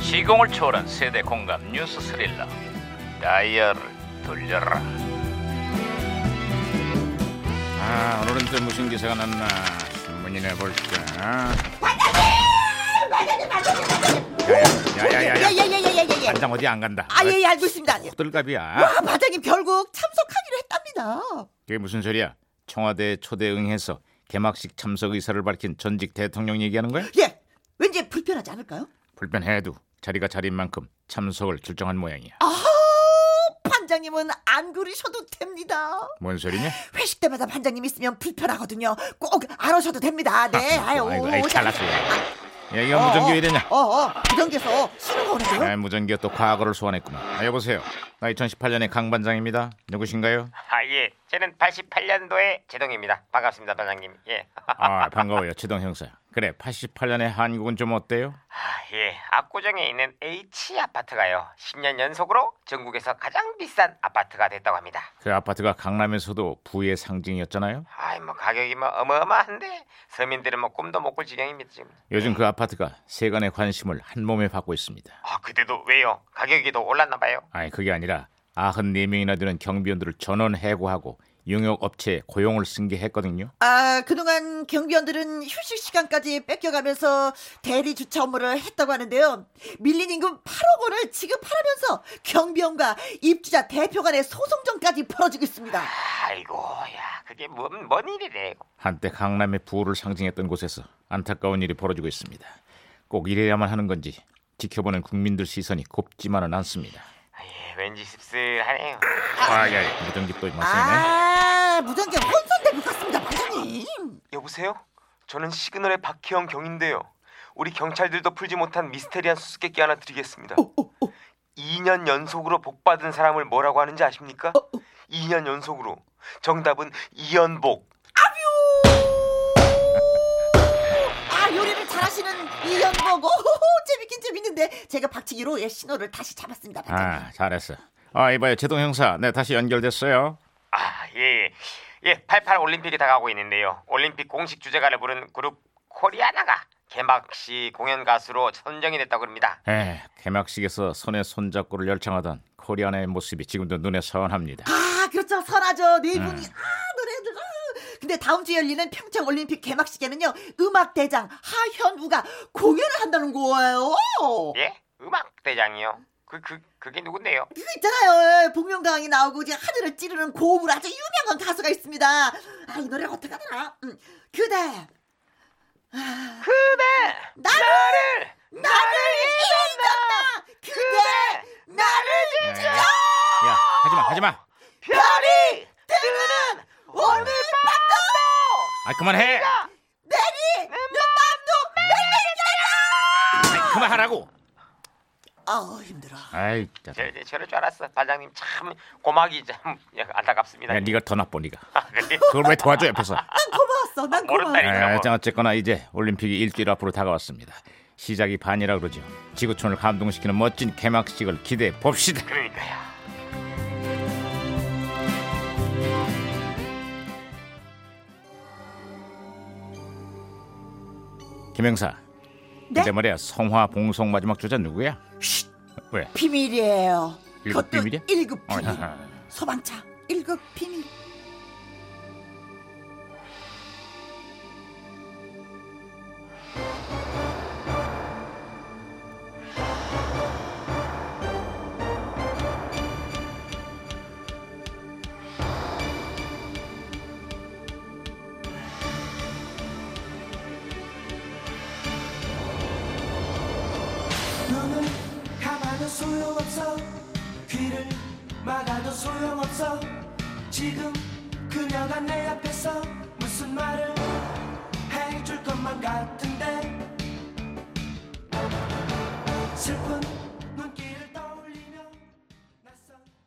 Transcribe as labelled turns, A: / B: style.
A: 시공을 초월한 세대 공감 뉴스 스릴러 다이얼을 돌려라 아 오늘은 또 무슨 기사가 났나 신문이나 볼까
B: 반장님, 반장님, 반장님.
A: 야야야야야
B: 예예예예예예.
A: 반장 어디 안 간다
B: 아, 예, 예, 알고 있습니다. 예.
A: 호들갑이야
B: 와, 반장님 결국 참석하기로 했답니다.
A: 그게 무슨 소리야 청와대 초대 응해서 개막식 참석 의사를 밝힌 전직 대통령 얘기하는 거야?
B: 예. 왠지 불편하지 않을까요?
A: 불편해도 자리가 자리인 만큼 참석을 결정한 모양이야
B: 아, 반장님은 안 그러셔도 됩니다.
A: 뭔 소리냐?
B: 회식 때마다 반장님 있으면 불편하거든요. 꼭 안 오셔도 됩니다. 네. 아유.
A: 아이고 아이 잘났어 야 이거 무전기 왜 이러냐
B: 어, 어. 부정기에서 신호가 오는데요.
A: 아, 무전기가 또 과거를 소환했구만. 아, 여보세요. 나 2018년의 강 반장입니다. 누구신가요?
C: 아, 예. 저는 88년도에 제동입니다. 반갑습니다, 반장님. 예.
A: 아 반가워요, 최동 형사. 그래, 88년의 한국은 좀 어때요?
C: 아, 예. 압구정에 있는 H 아파트가요. 10년 연속으로 전국에서 가장 비싼 아파트가 됐다고 합니다.
A: 그 아파트가 강남에서도 부의 상징이었잖아요.
C: 아이, 뭐 가격이 뭐 어마어마한데 서민들은 뭐 꿈도 못 꿀 지경입니다, 지금.
A: 요즘 그 아파트가 세간의 관심을 한 몸에 받고 있습니다.
C: 아, 그때도 왜요? 가격이 더 올랐나 봐요.
A: 아니 그게 아니라 94명이나 되는 경비원들을 전원 해고하고 용역 업체에 고용을 승계했거든요.
B: 아, 그동안 경비원들은 휴식 시간까지 뺏겨가면서 대리 주차 업무를 했다고 하는데요. 밀린 임금 8억 원을 지급하라면서 경비원과 입주자 대표 간의 소송전까지 벌어지고 있습니다.
C: 아이고, 야, 그게 뭔, 뭔 일이래.
A: 한때 강남의 부를 상징했던 곳에서 안타까운 일이 벌어지고 있습니다. 꼭 이래야만 하는 건지 지켜보는 국민들 시선이 곱지만은 않습니다.
C: 아, 예, 왠지 씁쓸하네요.
A: 아, 야, 야. 무전기 또 마시네.
B: 아, 무전기 혼선되고 갔습니다, 반장님.
C: 여보세요? 저는 시그널의 박희영 경인데요. 우리 경찰들도 풀지 못한 미스테리한 수수께끼 하나 드리겠습니다.
A: 어,
C: 2년 연속으로 복 받은 사람을 뭐라고 하는지 아십니까? 2년 연속으로. 정답은 이연복.
B: 아, 요리를 잘하시는 이연복. 오, 재밌긴 재밌는데 제가 박치기로 예, 신호를 다시 잡았습니다, 반장님.
A: 아, 잘했어. 아, 이봐요, 제동 형사. 네, 다시 연결됐어요.
C: 아, 예. 예, 88 올림픽이 다가오고 있는데요. 올림픽 공식 주제가를 부른 그룹 코리아나가 개막식 공연 가수로 선정이 됐다고 합니다.
A: 에, 예, 개막식에서 손에 손잡고를 열창하던 코리안의 모습이 지금도 눈에 선합니다.
B: 아 그렇죠 선하죠 네 분이 아 노래들 아. 근데 다음 주에 열리는 평창 올림픽 개막식에는요 음악 대장 하현우가 공연을 한다는 거예요
C: 예? 음악 대장이요. 그 그 그게 누군데요?
B: 그 있잖아요 복면가왕이 나오고 이제 하늘을 찌르는 고음으로 아주 유명한 가수가 있습니다 아 이 노래가 어떻게 하더라 음, 그대
C: 그대 나를
B: 나를 잊었나 그대 나를
A: 야, 야, 하지마, 하지마. 아,
C: 별이 뜨는
B: 오늘 밤도
A: 그만해.
B: 내리 내 맘도 내리
A: 아이, 그만하라고.
B: 아우 힘들어
A: 아이, 짜.
C: 저, 저, 저럴 줄 알았어. 반장님 참 고막이 참 안타깝습니다.
A: 야, 네가 더 나빠, 네가.
C: 아, 그래요?
A: 그걸 왜 도와줘 옆에서?
B: 난 고마웠어 난 고마워 네?
C: 모른다니까.
A: 아, 어째- 어쨌거나 이제 올림픽이 일주일 앞으로 다가왔습니다. 시작이 반이라 그러죠. 지구촌을 감동시키는 멋진 개막식을 기대해 봅시다.
C: 그러니까요.
A: 김영사.
B: 네?
A: 근데 뭐 말이야 성화 봉송 마지막 주자 누구야? 왜?
B: 비밀이에요.
A: 일급 비밀이야?
B: 1급
A: 어,
B: 비밀. 소방차 1급 비밀.
D: 눈을 감아도 소용없어 귀를 막아도 소용없어 지금 그녀가 내 앞에서